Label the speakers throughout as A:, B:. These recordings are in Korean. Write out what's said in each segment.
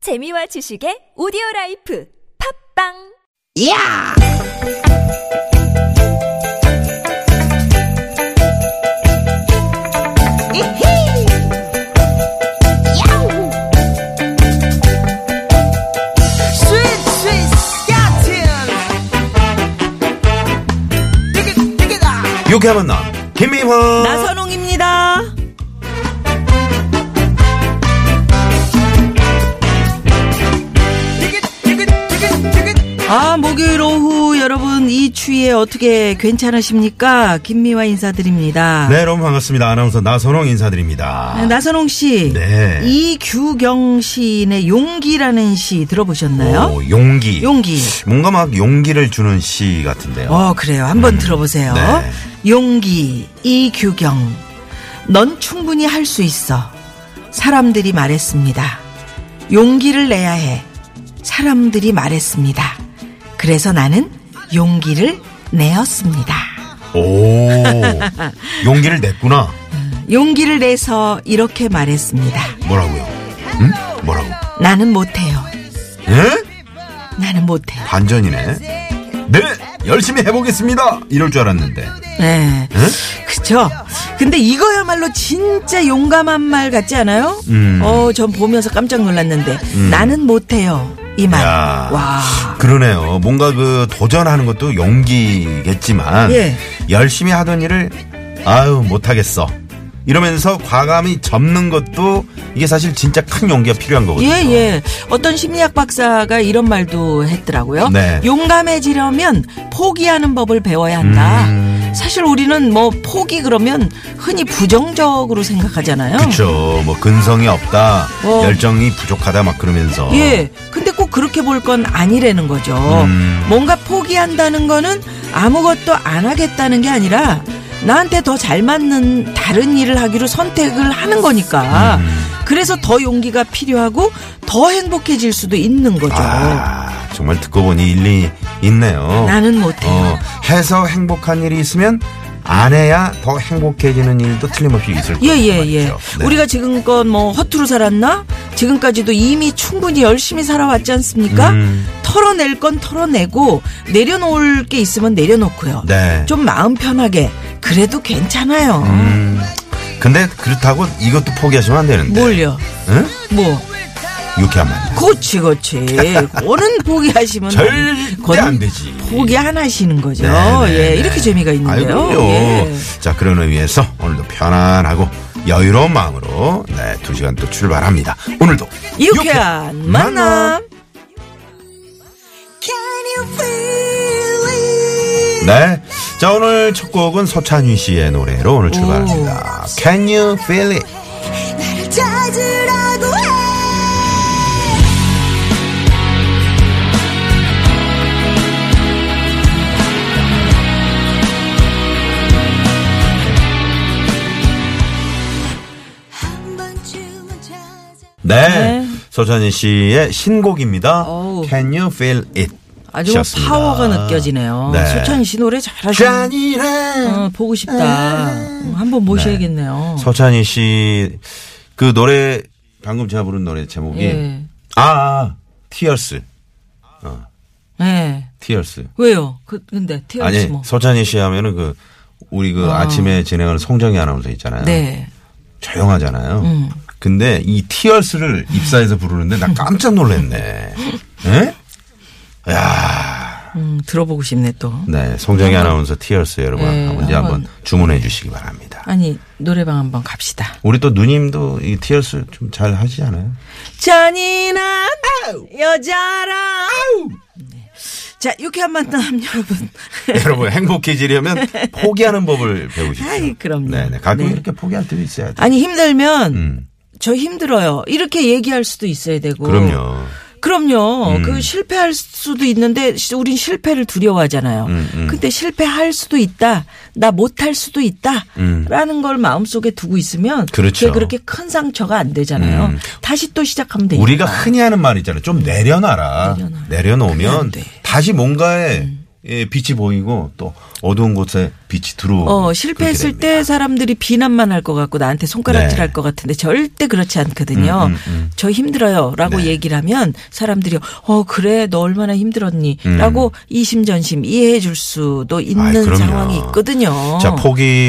A: 재미와 지식의 오디오 라이프 팝빵!
B: 야! 이히! 야우! 스윗 스윗 야틴! 띠기 띠기다!
C: 유쾌한 만남 김미화
D: 나선홍입니다.
B: 띠기 띠기 띠기 띠기
D: 아, 목요일 오후 여러분 이 추위에 어떻게 괜찮으십니까? 김미화 인사드립니다.
C: 네 여러분 반갑습니다 아나운서 나선홍 인사드립니다
D: 네, 나선홍 씨,
C: 네.
D: 이규경 시인의 용기라는 시 들어보셨나요?
C: 오, 용기
D: 용기.
C: 뭔가 막 용기를 주는 시 같은데요
D: 어, 그래요. 한번 들어보세요.
C: 네.
D: 용기, 이규경. 넌 충분히 할 수 있어. 사람들이 말했습니다. 용기를 내야 해. 사람들이 말했습니다. 그래서 나는 용기를 내었습니다.
C: 오 용기를 냈구나
D: 용기를 내서 이렇게 말했습니다.
C: 뭐라고요 응? 뭐라고
D: 나는 못해요.
C: 예?
D: 나는 못해요.
C: 반전이네 네 열심히 해보겠습니다 이럴 줄 알았는데
D: 네. 그쵸? 근데 이거야말로 진짜 용감한 말 같지 않아요?
C: 음.
D: 어, 전 보면서 깜짝 놀랐는데. 나는 못해요. 이 말.
C: 야.
D: 와.
C: 그러네요 뭔가 그 도전하는 것도 용기겠지만
D: 예.
C: 열심히 하던 일을 아유 못하겠어 이러면서 과감히 접는 것도 이게 사실 진짜 큰 용기가 필요한 거거든요.
D: 예, 예. 어떤 심리학 박사가 이런 말도 했더라고요.
C: 네.
D: 용감해지려면 포기하는 법을 배워야 한다.
C: 음.
D: 사실 우리는 뭐 포기 그러면 흔히 부정적으로 생각하잖아요.
C: 그렇죠. 뭐 근성이 없다,
D: 어.
C: 열정이 부족하다 막 그러면서
D: 예. 근데 꼭 그렇게 볼 건 아니라는 거죠.
C: 음.
D: 뭔가 포기한다는 거는 아무것도 안 하겠다는 게 아니라 나한테 더 잘 맞는 다른 일을 하기로 선택을 하는 거니까.
C: 음.
D: 그래서 더 용기가 필요하고 더 행복해질 수도 있는 거죠.
C: 아 정말 듣고 보니 일리 있네요.
D: 나는 못해요.
C: 어, 해서 행복한 일이 있으면 안 해야 더 행복해지는 일도 틀림없이 있을 거예요. 네.
D: 예, 예, 예. 우리가 지금껏 뭐 허투루 살았나? 지금까지도 이미 충분히 열심히 살아왔지 않습니까?
C: 음.
D: 털어낼 건 털어내고, 내려놓을 게 있으면 내려놓고요.
C: 네.
D: 좀 마음 편하게, 그래도 괜찮아요.
C: 음, 근데 그렇다고 이것도 포기하시면 안 되는데.
D: 뭘요?
C: 응?
D: 뭐.
C: 유쾌한 만남.
D: 그치, 그치. 그거는 포기하시면.
C: 절대
D: 그건
C: 안 되지.
D: 포기 안 하시는 거죠.
C: 네, 네,
D: 예,
C: 네.
D: 이렇게 재미가 있는데요.
C: 아이고요.
D: 예.
C: 자, 그런 의미에서 오늘도 편안하고 여유로운 마음으로 네, 두 시간 또 출발합니다. 오늘도
D: 유쾌한 만남.
C: 네. 자, 오늘 첫 곡은 서찬휘 씨의 노래로 오늘 출발합니다. Can you feel it?
E: 나를 찾으라고 해 한번쯤은 찾아
C: 네.
D: 네.
C: 서찬휘 씨의 신곡입니다.
D: 어우.
C: Can you feel it?
D: 아주
C: 셨습니다.
D: 파워가 느껴지네요.
C: 네.
D: 서찬희 씨 노래 잘하시네요.
C: 잔인한
D: 어, 보고 싶다. 어,
C: 음.
D: 한번 모셔야겠네요.
C: 서찬희 씨 그 노래 방금 제가 부른 노래 제목이
D: 예.
C: 아, 아 티얼스
D: 네.
C: 티얼스
D: 왜요? 그, 근데, 티어스
C: 아니
D: 뭐.
C: 서찬희 씨 하면은 그 우리 그 아. 침에 진행하는 송정희 아나운서 있잖아요
D: 네. 음.
C: 조용하잖아요 근데 이 티얼스를 입사해서 부르는데 나 깜짝 놀랐네 예?
D: 음, 들어보고 싶네, 또.
C: 네 송정희 아나운서 티얼스 여러분
D: 음. 네,
C: 한번 이제
D: 한번.
C: 한번 주문해 주시기 바랍니다
D: 아니, 노래방 한번 갑시다.
C: 우리 또 누님도 이 티얼스 좀 잘 하시지 않아요?
D: 잔인한 여자라. 네. 자, 유쾌한 만남, 여러분.
C: 여러분 행복해지려면 포기하는 법을 배우십시오.
D: 아이, 그럼요.
C: 네네 가끔
D: 네.
C: 이렇게 포기할 때도 있어야 돼.
D: 아니, 힘들면,
C: 음,
D: 저 힘들어요. 이렇게 얘기할 수도 있어야 되고.
C: 그럼요. 음.
D: 그럼요. 그 실패할 수도 있는데 시- 우린 실패를 두려워하잖아요.
C: 음,
D: 근데 실패할 수도 있다. 나 못할 수도 있다. 라는 걸 마음속에 두고 있으면
C: 음. 그렇죠.
D: 그게 그렇게 큰 상처가 안 되잖아요.
C: 음.
D: 다시 또 시작하면 되니까.
C: 우리가 흔히 하는 말 있잖아요. 좀 내려놔라. 내려놓으면
D: 돼. 음.
C: 다시 뭔가에 예, 빛이 보이고 또 어두운 곳에 빛이 들어오고.
D: 어, 실패했을
C: 그렇게
D: 때 사람들이 비난만 할 것 같고 나한테 손가락질
C: 네.
D: 할 것 같은데 절대 그렇지 않거든요.
C: 음, 음, 음.
D: 저 힘들어요. 라고
C: 네.
D: 얘기를 하면 사람들이 어, 그래, 너 얼마나 힘들었니?
C: 음.
D: 라고 이심전심 이해해 줄 수도
C: 아이,
D: 있는
C: 그럼요.
D: 상황이 있거든요.
C: 자,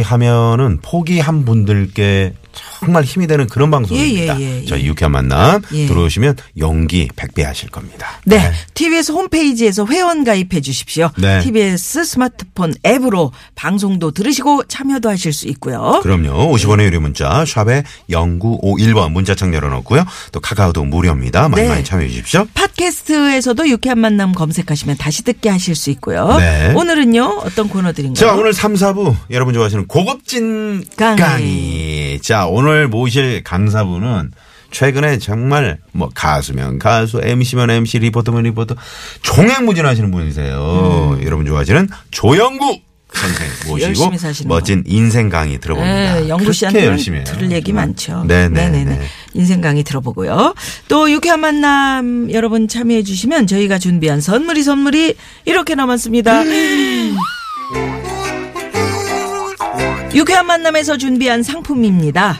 C: 포기하면은 포기한 분들께 정말 힘이 되는 그런 방송입니다.
D: 예, 예, 예,
C: 저희 유쾌한 만남
D: 예.
C: 들어오시면 용기 100배 하실 겁니다.
D: 네. TBS 홈페이지에서 회원 가입해 주십시오.
C: 네.
D: TBS 스마트폰 앱으로 방송도 들으시고 참여도 하실 수 있고요.
C: 그럼요. 50원의 유료 문자 샵에 0951번 문자창 열어놓고요. 또 카카오도 무료입니다. 많이
D: 네.
C: 많이 참여해 주십시오.
D: 팟캐스트에서도 유쾌한 만남 검색하시면 다시 듣게 하실 수 있고요.
C: 네.
D: 오늘은요, 어떤 코너들인가요?
C: 자, 오늘 3, 4부 여러분 좋아하시는 고급진
D: 네. 강의.
C: 강의. 자, 오늘 모실 강사분은 최근에 정말 뭐 가수면 가수, MC면 MC, 리포터면 리포터 종횡무진하시는 분이세요. 여러분 좋아하시는 조영구 선생 모시고
D: 음. 열심히 사시는
C: 멋진 인생 강의 들어봅니다.
D: 네, 영구
C: 그렇게
D: 씨한테
C: 열심히 해요.
D: 들을 얘기
C: 정말.
D: 많죠.
C: 네, 네,
D: 네네네.
C: 네.
D: 인생 강의 들어보고요. 또 유쾌한 만남 여러분 참여해 주시면 저희가 준비한 선물이 선물이 이렇게 남았습니다.
C: 음.
D: 유쾌한 만남에서 준비한 상품입니다.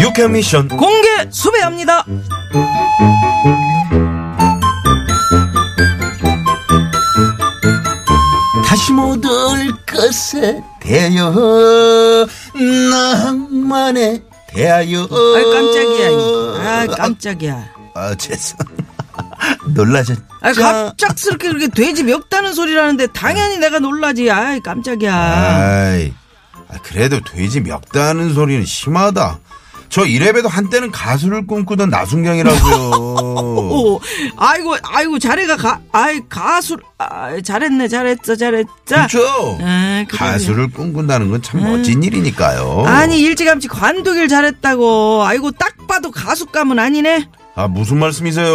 C: 유캔 미션
D: 공개 수배합니다.
F: 다시 못 올 것에 대여 낭만에 대하여
D: 아이 깜짝이야. 아 깜짝이야.
F: 아 죄송 놀라셨
D: 아 갑작스럽게 그렇게 돼지 맵다는 소리라는데 당연히 내가 놀라지. 아이 깜짝이야.
C: 아이, 아, 그래도 돼지 멱다는 소리는 심하다. 저 이래봬도 한때는 가수를 꿈꾸던 나순경이라고요.
D: 오, 아이고 아이고 자네가 가 아이 가수 아, 잘했네 잘했어 잘했자.
C: 그렇죠?
D: 아, 그러네요. 음.
C: 가수를 꿈꾼다는 건 참 멋진 일이니까요.
D: 아니 일찌감치 관두길 잘했다고. 아이고 딱 봐도 가수감은 아니네.
C: 아, 무슨 말씀이세요?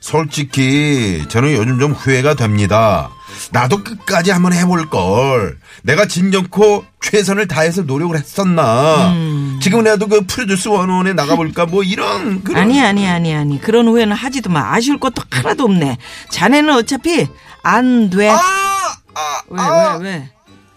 C: 솔직히 저는 요즘 좀 후회가 됩니다. 나도 끝까지 한번 해볼 걸. 내가 진정코 최선을 다해서 노력을 했었나.
D: 음.
C: 지금이라도 그 프로듀스 101에 나가볼까 뭐 이런 그런
D: 아니 아니 아니 아니 그런 후회는 하지도 마. 아쉬울 것도 하나도 없네. 자네는 어차피 안 돼.
C: 아! 아!
D: 왜
C: 아!
D: 왜, 왜?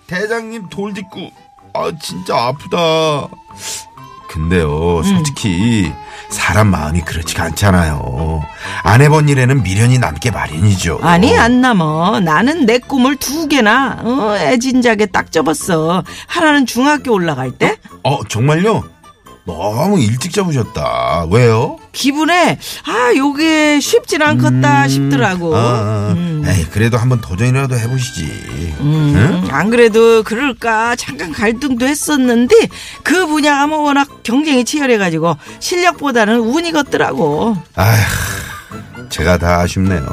C: 대장님 돌 짚고 아 진짜 아프다.
D: 음.
C: 근데요, 솔직히 사람 마음이 그렇지가 않잖아요. 안 해본 일에는 미련이 남게 마련이죠.
D: 아니 안 남어 나는 내 꿈을 두 개나 어, 애진작에 딱 접었어 하나는 중학교 올라갈 때
C: 어 정말요? 너무 일찍 잡으셨다. 왜요?
D: 기분에 아 요게 쉽진 않겠다 싶더라고
C: 음. 아,
D: 음.
C: 에이, 그래도 한번 도전이라도 해보시지.
D: 음,
C: 네?
D: 안 그래도 그럴까 잠깐 갈등도 했었는데 그 분야가 뭐 워낙 경쟁이 치열해가지고 실력보다는 운이겠더라고
C: 아휴, 제가 다 아쉽네요.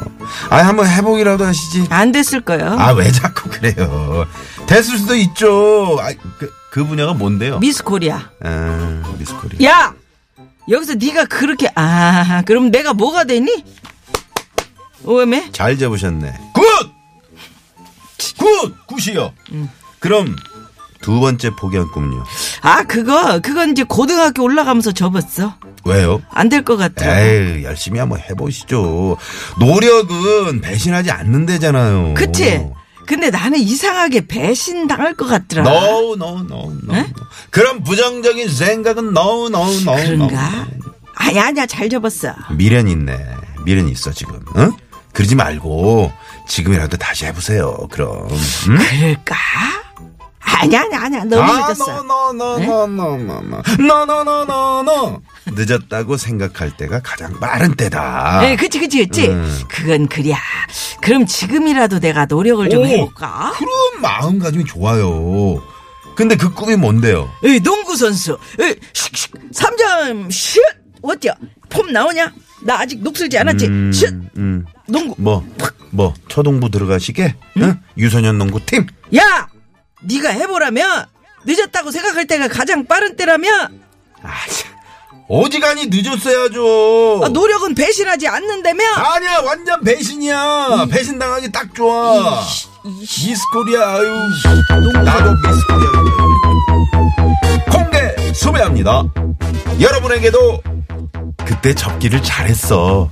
C: 아 한번 해보기라도 하시지.
D: 안 됐을 거요
C: 아 왜 자꾸 그래요? 됐을 수도 있죠. 아, 그, 그 분야가 뭔데요?
D: 미스코리아
C: 아, 미스코리.
D: 야 여기서 네가 그렇게 아 그럼 내가 뭐가 되니 오메
C: 잘 잡으셨네. 굿!
D: 음.
C: 굿! 굿이요. 그럼 두 번째 포기한 꿈요.
D: 아 그거 그건 이제 고등학교 올라가면서 접었어.
C: 왜요?
D: 안 될 것 같더라고.
C: 에이, 열심히 한번 해보시죠. 노력은 배신하지 않는데잖아요.
D: 그치? 근데 나는 이상하게 배신 당할 것 같더라.
C: No, no, no, no.
D: 에?
C: 그런 부정적인 생각은 no, no, no.
D: 그런가? 아니 아니야 잘 접었어.
C: no. 미련 있네. 미련 있어, 지금. 응? 그러지 말고, 지금이라도 다시 해보세요, 그럼. 응?
D: 그럴까? 아니야 아니야 아니야 너무 네? 늦었어.
C: 노노노노노노노노노노노노 늦었다고 생각할 때가 가장 빠른 때다.
D: 예, 그치 그치 그치.
C: 음.
D: 그건 그랴. 그럼 지금이라도 내가 노력을 좀
C: 오.
D: 해볼까?
C: 그런 마음가짐이 좋아요. 근데 그 꿈이 뭔데요?
D: 에 농구 선수. 에 슉슉 3점 슛. 어때요? 폼 나오냐? 나 아직 녹슬지 않았지. 슛.
C: 음.
D: 농구.
C: 뭐, 뭐, 초등부 들어가시게? 응? 유소년 농구팀?
D: 야, 네가 해보라며. 늦었다고 생각할 때가 가장 빠른 때라며.
C: 아, 참. 어지간히 늦었어야죠.
D: 아, 노력은 배신하지 않는다며.
C: 아니야, 완전 배신이야.
D: 음.
C: 배신당하기 딱 좋아. 미스코리아, 아유. 나도 미스코리아. 공개 수배합니다. 여러분에게도 그때 접기를 잘했어.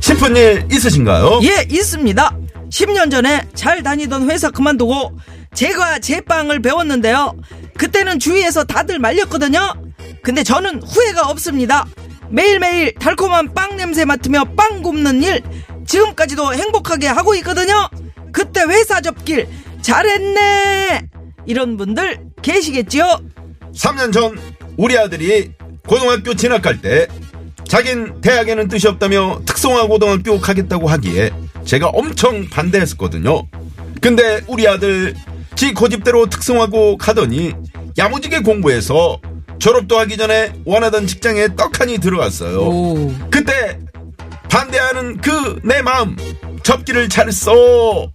C: 싶은 일 있으신가요?
D: 예, 있습니다. 10년 전에 잘 다니던 회사 그만두고 제가 제빵을 배웠는데요. 그때는 주위에서 다들 말렸거든요. 근데 저는 후회가 없습니다. 매일매일 달콤한 빵 냄새 맡으며 빵 굽는 일 지금까지도 행복하게 하고 있거든요. 그때 회사 접길 잘했네. 이런 분들 계시겠지요?
C: 3년 전 우리 아들이 고등학교 진학할 때 자긴 대학에는 뜻이 없다며 특성화 고등학교 가겠다고 하기에 제가 엄청 반대했었거든요. 근데 우리 아들 지 고집대로 특성화고 가더니 야무지게 공부해서 졸업도 하기 전에 원하던 직장에 떡하니 들어갔어요. 그때 반대하는 그 내 마음 접기를 잘했어.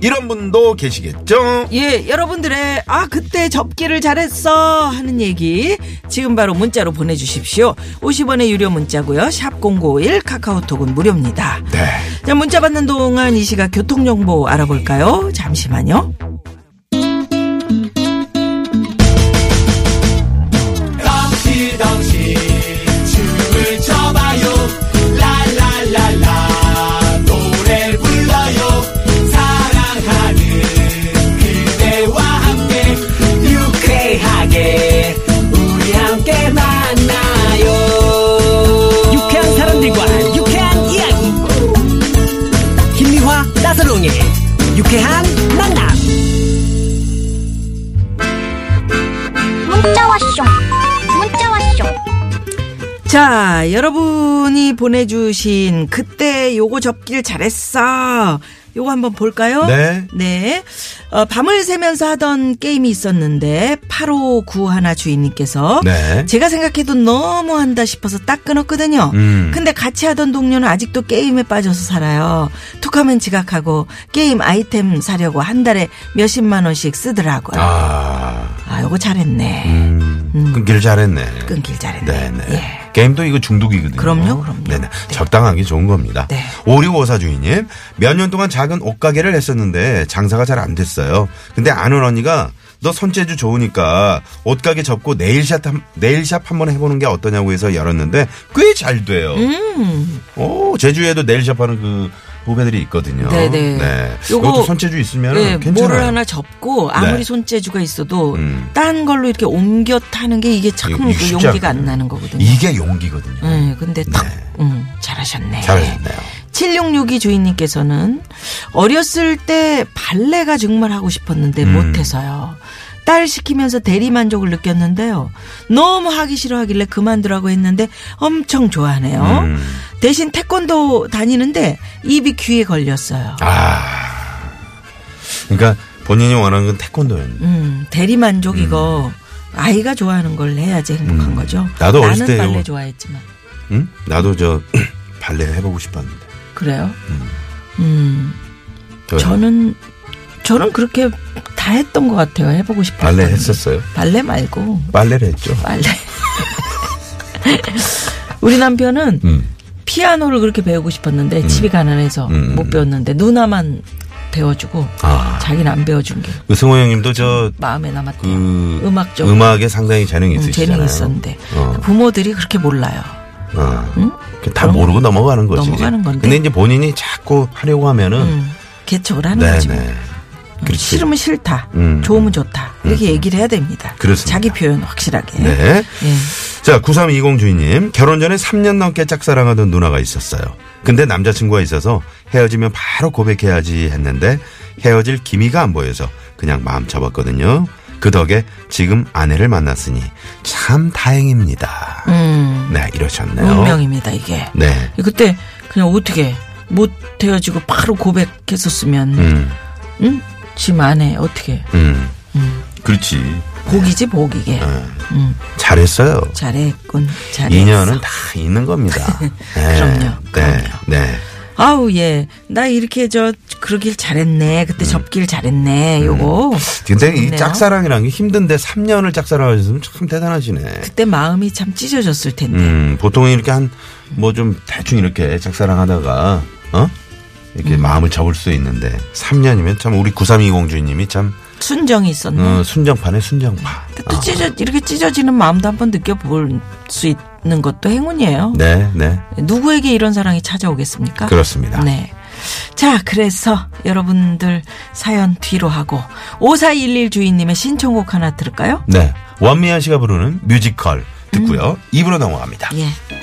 C: 이런 분도 계시겠죠?
D: 예, 여러분들의 아 그때 접기를 잘했어 하는 얘기 지금 바로 문자로 보내주십시오. 50원의 유료 문자고요. 샵 #051 카카오톡은 무료입니다.
C: 네.
D: 자, 문자 받는 동안 이 시각 교통 정보 알아볼까요? 잠시만요.
G: 유쾌한 사람들과 유쾌한 이야기 김미화 나서롱의 유쾌한 만남
H: 문자 왔쇼 문자 왔쇼
D: 자, 여러분이 보내주신 그때 요거 접길 잘했어. 요거 한번 볼까요?
C: 네.
D: 네. 어, 밤을 새면서 하던 게임이 있었는데, 8591 주인님께서.
C: 네.
D: 어? 제가 생각해도 너무 한다 싶어서 딱 끊었거든요.
C: 음.
D: 근데 같이 하던 동료는 아직도 게임에 빠져서 살아요. 툭하면 지각하고, 게임 아이템 사려고 한 달에 몇십만원씩 쓰더라고요. 아,
C: 아.
D: 요거 잘했네.
C: 끊길 잘했네.
D: 음. 끊길 잘했네.
C: 네네.
D: 예.
C: 게임도 이거 중독이거든요.
D: 그럼요, 그럼요.
C: 네네.
D: 네.
C: 적당하게 좋은 겁니다.
D: 네.
C: 오리오사 주인님, 몇 년 동안 작은 옷가게를 했었는데 장사가 잘 안 됐어요. 근데 아는 언니가 너 손재주 좋으니까 옷가게 접고 네일샵, 한- 네일샵 한번 해보는 게 어떠냐고 해서 열었는데 꽤 잘 돼요.
D: 음.
C: 오, 제주에도 네일샵 하는 그 후배들이 있거든요.
D: 네네.
C: 네.
D: 요거-
C: 이것도 손재주 있으면 괜찮아요.
D: 뭐를 네, 하나 접고 아무리
C: 네.
D: 손재주가 있어도
C: 음.
D: 딴 걸로 이렇게 옮겨 타는 게 이게 참
C: 이거
D: 그
C: 쉽지
D: 용기가 안
C: 않거든요.
D: 나는 거거든요.
C: 이게 용기거든요.
D: 네, 근데 탁,
C: 네.
D: 음, 잘하셨네.
C: 잘하셨네요.
D: 7662 주인님께서는 어렸을 때 발레가 정말 하고 싶었는데
C: 음.
D: 못해서요. 딸 시키면서 대리만족을 느꼈는데요. 너무 하기 싫어하길래 그만두라고 했는데 엄청 좋아하네요.
C: 음.
D: 대신 태권도 다니는데 입이 귀에 걸렸어요.
C: 아. 그러니까 본인이 원하는 건 태권도였는데.
D: 음, 대리만족 이거 아이가 좋아하는 걸 해야지 행복한 거죠.
C: 음. 나도 어렸을 때
D: 나는 발레
C: 이거-
D: 좋아했지만
C: 응? 나도 저 발레 해보고 싶었는데.
D: 그래요.
C: 저
D: 저는 저는 그렇게 다 했던 것 같아요. 해보고 싶어.
C: 발레 했었어요.
D: 발레 말고
C: 발레를 했죠.
D: 발레. 우리
C: 음.
D: 남편은 피아노를 그렇게 배우고 싶었는데 집이 가난해서 못 배웠는데 누나만 배워주고
C: 음. 아.
D: 자기는 안 배워준 게
C: 그 승호 형님도 저
D: 마음에 남았대요.
C: 그
D: 음악적으로
C: 음악에 상당히 재능이
D: 음,
C: 있으시잖아요.
D: 재능 있었는데
C: 어.
D: 부모들이 그렇게 몰라요.
C: 어. 그다 모르고 넘어가는 거지. 이제.
D: 넘어가는 건데.
C: 근데 이제 본인이 자꾸 하려고 하면은
D: 음, 개척을 하는
C: 네네.
D: 거죠.
C: 그렇지.
D: 싫으면 싫다,
C: 음.
D: 좋으면 좋다 이렇게 얘기를 해야 됩니다.
C: 그렇습니다.
D: 자기 표현 확실하게.
C: 네.
D: 예.
C: 자, 9320 주인님. 결혼 전에 3년 넘게 짝사랑하던 누나가 있었어요. 근데 남자친구가 있어서 헤어지면 바로 고백해야지 했는데 헤어질 기미가 안 보여서 그냥 마음 접었거든요. 그 덕에 지금 아내를 만났으니 참 다행입니다.
D: 음,
C: 네, 이러셨네요.
D: 운명입니다 이게.
C: 네.
D: 그때 그냥 어떻게 못 헤어지고 바로 고백했었으면
C: 음,
D: 응? 지금 안에 어떻게
C: 음. 그렇지.
D: 복이지
C: 네.
D: 복이게
C: 잘했어요.
D: 잘했군 잘했어.
C: 인연은 다 있는 겁니다. 네.
D: 그럼요,
C: 네. 네.
D: 아우 예 나 이렇게 저 그러길 잘했네 그때 접길 잘했네 요거
C: 근데 이
D: 좋네요.
C: 음. 짝사랑이라는 게 힘든데 3년을 짝사랑하셨으면 참 대단하시네.
D: 그때 마음이 참 찢어졌을 텐데
C: 음, 보통 이렇게 한 뭐 좀 대충 이렇게 짝사랑하다가 어? 이렇게 마음을 접을 수 있는데 3년이면 참 우리 9320 주인님이 참
D: 순정이 있었네.
C: 어, 순정파네 순정파.
D: 음. 아, 또
C: 어.
D: 찢어 이렇게 찢어지는 마음도 한번 느껴볼 수 있는 것도 행운이에요.
C: 네, 네. 그렇죠.
D: 누구에게 이런 사랑이 찾아오겠습니까?
C: 그렇습니다.
D: 네. 자, 그래서 여러분들 사연 뒤로 하고 5411 주인님의 신청곡 하나 들을까요?
C: 네. 원미연 씨가 부르는 뮤지컬 듣고요. 입으로 넘어갑니다.
D: 음. 예.